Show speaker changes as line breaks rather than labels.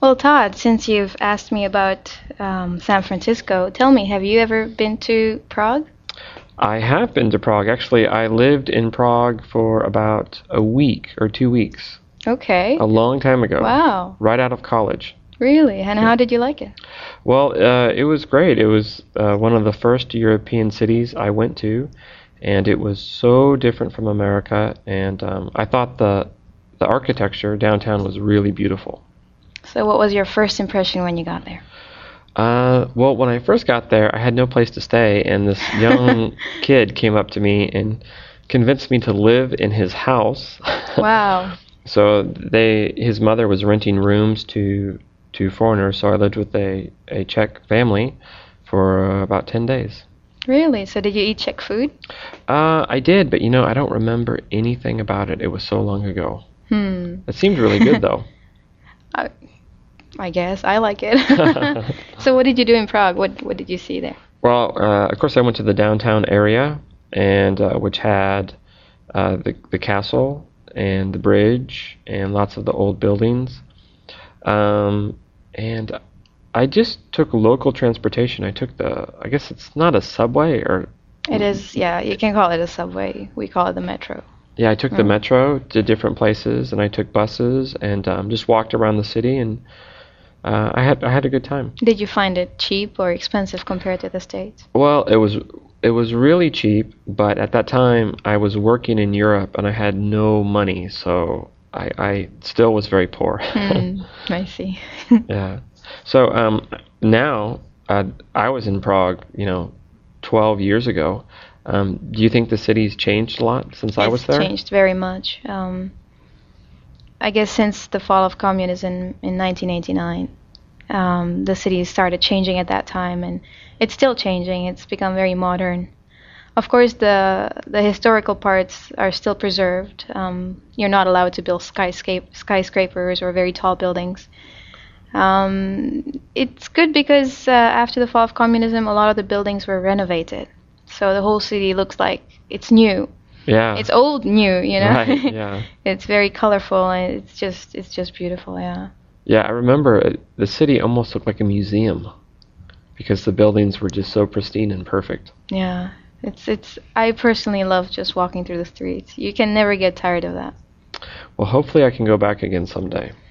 Well, Todd, since you've asked me about um, San Francisco, tell me, have you ever been to Prague?
I have been to Prague. Actually, I lived in Prague for about a week or two weeks,
Okay.
a long time ago.
Wow.
Right out of college.
Really? And how did you like it?
Well, uh, it was great. It was uh, one of the first European cities I went to, and it was so different from America. And um, I thought the the architecture downtown was really beautiful.
So, what was your first impression when you got there?
Uh, well, when I first got there, I had no place to stay, and this young kid came up to me and convinced me to live in his house.
Wow.
So they, his mother was renting rooms to to foreigners. So I lived with a a Czech family for uh, about ten days.
Really? So, did you eat Czech food?
Uh, I did, but you know, I don't remember anything about it. It was so long ago.
Hmm.
It seemed really good though.
I guess I like it. so, what did you do in Prague? What What did you see there?
Well, uh, of course, I went to the downtown area, and uh, which had uh, the the castle and the bridge and lots of the old buildings. Um, and I just took local transportation. I took the I guess it's not a subway or
It is, yeah, you can call it a subway. We call it the metro.
yeah. I took the metro to different places, and I took buses and um, just walked around the city, and uh, I had I had a good time.
Did you find it cheap or expensive compared to the States?
Well, it was it was really cheap, but at that time I was working in Europe and I had no money, so I, I still was very poor.
Hmm. I see.
yeah. So um, now uh, I was in Prague, you know, 12 years ago. Um, do you think the city's changed a lot since I was
it's
there?
changed very much. Um, I guess since the fall of communism in 1989, um, the city started changing at that time, and it's still changing. It's become very modern. Of course, the the historical parts are still preserved. Um, you're not allowed to build skyscape, skyscrapers or very tall buildings. Um, it's good because uh, after the fall of communism, a lot of the buildings were renovated, so the whole city looks like it's new
Yeah.
it's old new you know
Right, yeah.
it's very colorful and it's just it's just beautiful yeah
Yeah, I remember it, the city almost looked like a museum because the buildings were just so pristine and perfect.
yeah it's it's i personally love just walking through the streets you can never get tired of that
Well, hopefully I can go back again someday.